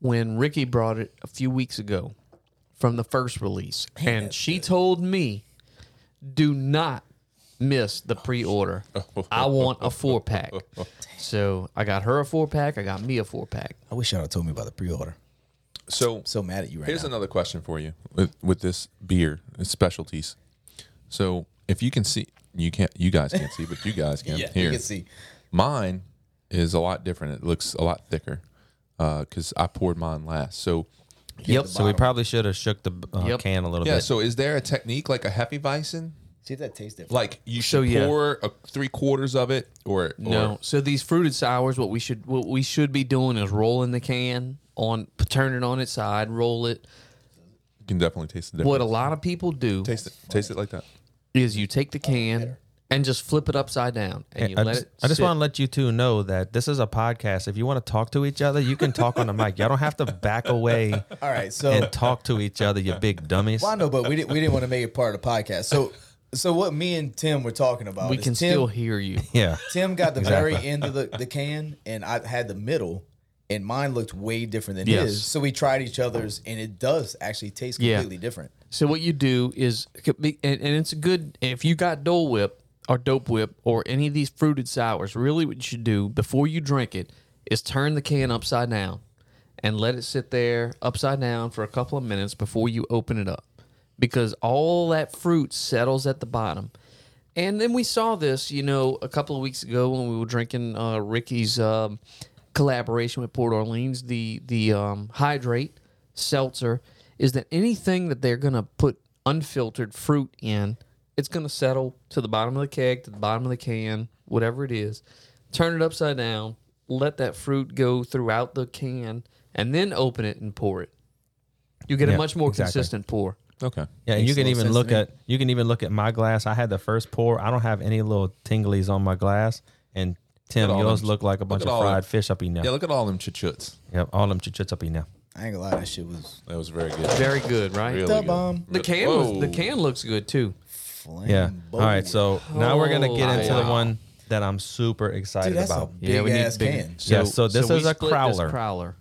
when Ricky brought it a few weeks ago from the first release, and she told me, "Do not miss the pre-order. I want a four <laughs> pack." So I got her a four pack. I got me a four pack. I wish y'all had told me about the pre-order. so So mad at you right Here's now. another question for you with, with this beer and specialties. So if you can see, you can't, you guys can't see, but you guys <laughs> can. yeah, Here, you can see. mine is a lot different. It looks a lot thicker because I poured mine last. So Yep. So we probably should have shook the uh, Yep. can a little yeah. bit. So is there a technique like a happy bison? See if that tastes different. Like you should So, yeah. pour a, three quarters of it, or No. or- So these fruited sours, what we should what we should be doing is rolling the can on, turn it on its side, roll it. you can definitely taste the difference. What a lot of people do taste it, taste it like that. is you take the can and just flip it upside down, and you I let just, it. I just sit. want to let you two know that this is a podcast. If you want to talk to each other, you can talk on the mic. Y'all don't have to back <laughs> away All right, so and talk to each other, you big dummies. Well, I know, but we didn't we didn't want to make it part of the podcast. So so what me and Tim were talking about We is can Tim, still hear you. Yeah. Tim got the very end of the, the can and I had the middle and mine looked way different than Yes. his. So we tried each other's and it does actually taste Yeah. completely different. <laughs> So what you do is, and, and it's a good if you got Dole Whip or Dope Whip or any of these fruited sours. Really, what you should do before you drink it is turn the can upside down and let it sit there upside down for a couple of minutes before you open it up, because all that fruit settles at the bottom. And then we saw this, you know, a couple of weeks ago when we were drinking uh, Ricky's um, collaboration with Port Orleans. The the um, hydrate seltzer is that anything that they're gonna put unfiltered fruit in, it's gonna settle to the bottom of the keg, to the bottom of the can, whatever it is. Turn it upside down, let that fruit go throughout the can, and then open it and pour it. You get Yeah, a much more exactly. consistent pour. Okay. Yeah, and you Makes can a little even sense look to me. at you can even look at my glass. I had the first pour. I don't have any little tinglies on my glass. And Tim, Look at all yours them- look like a bunch at of all them. fried fish up in there. Yeah, look at all them chichuts. Yep, all them chichits up in there. I ain't gonna lie, that shit was That was very good. Very good, right? Really the good. bomb. The can was, the Whoa. can looks good too. flame. Yeah. All right, so now we're gonna get into the wow. one that I'm super excited Dude, that's a about. big Yeah, we need ass bigger. can. Yeah, so this we is a split this crowler. crowler.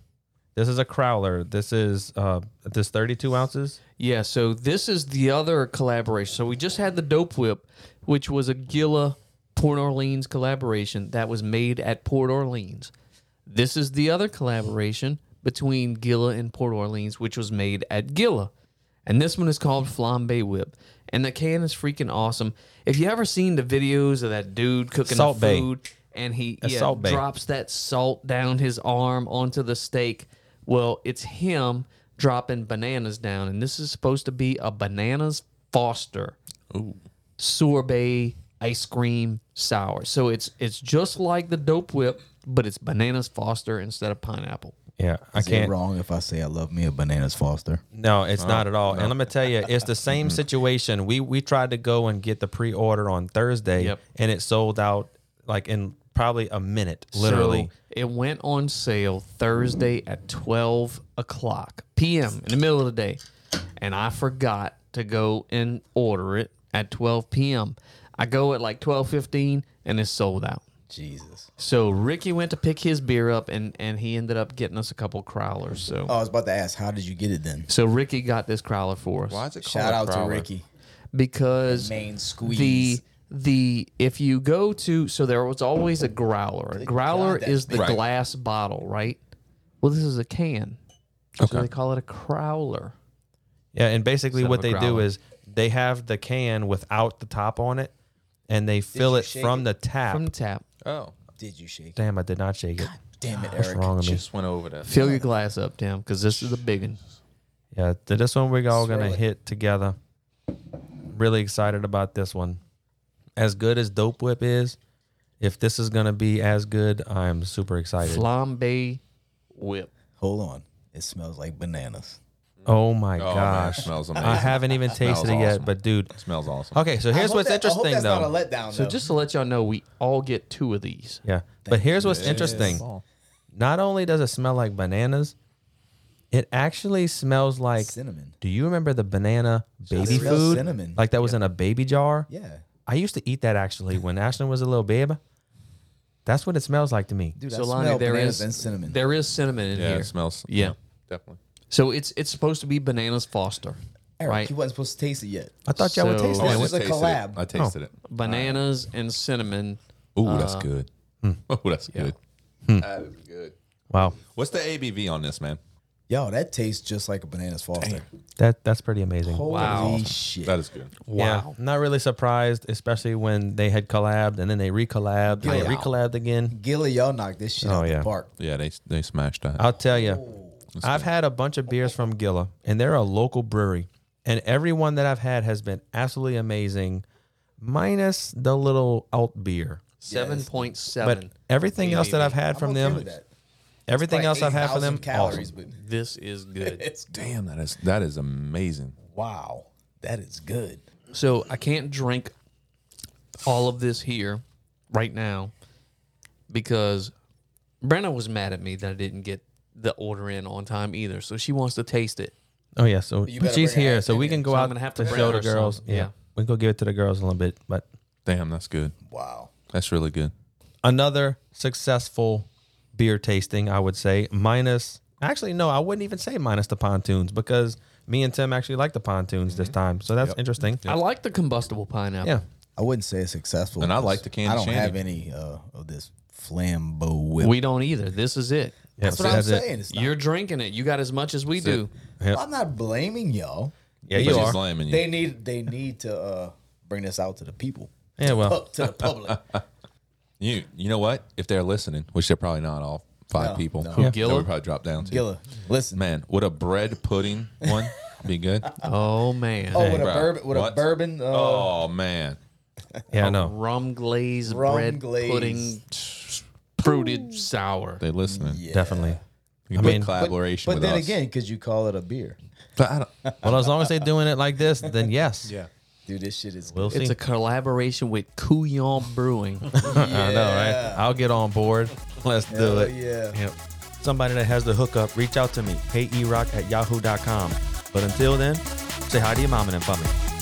This is a crowler. This is uh this 32 ounces. Yeah, so this is the other collaboration. So we just had the Dope Whip, which was a Gila Port Orleans collaboration that was made at Port Orleans. This is the other collaboration between Gila and Port Orleans, which was made at Gila. And this one is called Flambe Whip. And the can is freaking awesome. If you ever seen the videos of that dude cooking Salt the Bae. food and he That's yeah, Salt Bae. drops that salt down his arm onto the steak. Well, it's him dropping bananas down, and this is supposed to be a bananas Foster sorbet ice cream sour. So it's it's just like the Dope Whip, but it's bananas Foster instead of pineapple. Yeah, I Is it can't. wrong if I say I love me a bananas foster? No, it's not at all. And let me tell you, it's the same situation. We we tried to go and get the pre-order on Thursday, Yep. and it sold out like in probably a minute, literally. So it went on sale Thursday at 12 o'clock p.m. in the middle of the day. And I forgot to go and order it at 12 p.m. I go at like 12.15 and it's sold out. Jesus. So Ricky went to pick his beer up and, and he ended up getting us a couple crowlers. So Oh, I was about to ask, how did you get it then? so Ricky got this crowler for us Why is it called Shout a out to crowler? Ricky. because Main squeeze. the the if you go to so there was always a growler. A growler God, that is the Right. glass bottle, right? Well, this is a can. So Okay. they call it a crowler. Yeah, and basically Instead what of a they do growler. is they have the can without the top on it, and they fill you it shake from it? the tap. From the tap. Oh, Did you shake? Damn, I did not shake it. Damn it, What's Eric. wrong with me? just went over that. Fill your glass up, Tim, because this is a big one. Yeah, th- this one we're all gonna Swirl it. hit together. Really excited about this one. As good as Dope Whip is, If this is gonna be as good, I'm super excited. Flambe whip. Hold on. It smells like bananas. Oh my Oh, man, <laughs> gosh, smells I amazing. haven't even tasted it yet, awesome. but dude. Smells awesome. Okay, so here's what's interesting though. not a letdown. So just to let y'all know, we all get two of these. yeah, but here's what's interesting. Not only does it smell like bananas, it actually smells like cinnamon. Do you remember the banana baby smells food? cinnamon. Like that was in a baby jar. Yeah. I used to eat that actually when Ashlyn was a little babe. That's what it smells like to me. Dude, So I Lonnie, smell there bananas is and cinnamon. There is cinnamon in Yeah, here. it smells. Yeah. definitely. So it's it's supposed to be bananas Foster, Eric, right? you wasn't supposed to taste it yet. I thought y'all would So- taste Oh, that. I was just a tasted it. collab. I tasted it. bananas and cinnamon. Ooh, Uh, that's good. hmm. <laughs> Oh, that's good. That is good. Wow, What's the ABV on this, man? Yo, that tastes just like a bananas foster. that that's pretty amazing. Holy Wow. shit. That is good. Wow, not really surprised, especilled when they had collabed and then they recollabed, and they Wow. recollabed again. Gilly, y'all knocked this shit Oh, out of yeah. the park. Yeah, they they smashed that. I'll tell you, I've had a bunch of beers from Gila, and they're a local brewery, and everyone that I've had has been absolutely amazing, minus the little alt beer. Seven point But seven. everything else that I've had from I'm okay them, with that. everything Like else I've had from 8,000 them, Calories, awesome. but <laughs> This is good. it's Damn, that is that is amazing. wow. That is good. so I can't drink all of this here right now because Brenna was mad at me that I didn't get the order in on time either. So she wants to taste it. Oh yeah, so you but better she's bring her here, out so we then, can go so I'm out gonna have to to bring show her the girls. some, Yeah. yeah. we can go give it to the girls in a little bit. But Damn, that's good. Wow. That's really good. another successful beer tasting, I would say. Minus, actually, no, I wouldn't even say minus the pontoons because me and Tim actually like the pontoons Mm-hmm. this time, so that's interesting. I like the combustible pineapple. Yeah, I wouldn't say it's successful. And I because like the candy I don't shandy. have any uh, of this flambeau whip. We don't either. This is it. That's what I'm saying. It's not, You're drinking it. You got as much as we do. Yep. I'm not blaming y'all. Yeah, But you he's are. blaming you. They need they need to uh, bring this out to the people. Yeah, well, to the public. You you know what? If they're listening, which they're probably not all five No, people, no. Who Gilla? would probably drop down to. Gilla, listen. Man, would a bread <laughs> pudding one be good? Uh, Oh man. Oh, with a bro. bourbon, with a What? bourbon, uh, Oh man, yeah, I know. Rum glazed Rum bread glazed. pudding fruited sour. they listening. <laughs> yeah. Definitely. You I can put mean- collaboration But with then us. again, because you call it a beer, but I don't, Well, as long as they're doing it like this, <laughs> then yes. yeah, dude, this shit is. We'll good. see. It's a collaboration with Couillon Brewing. <laughs> I know, right? I'll get on <laughs> board. Let's do Hell it. yeah. Yep. Somebody that has the hookup, E reach out to me, heyerock at yahoo.com. But until then, say hi to your mom and then bump me.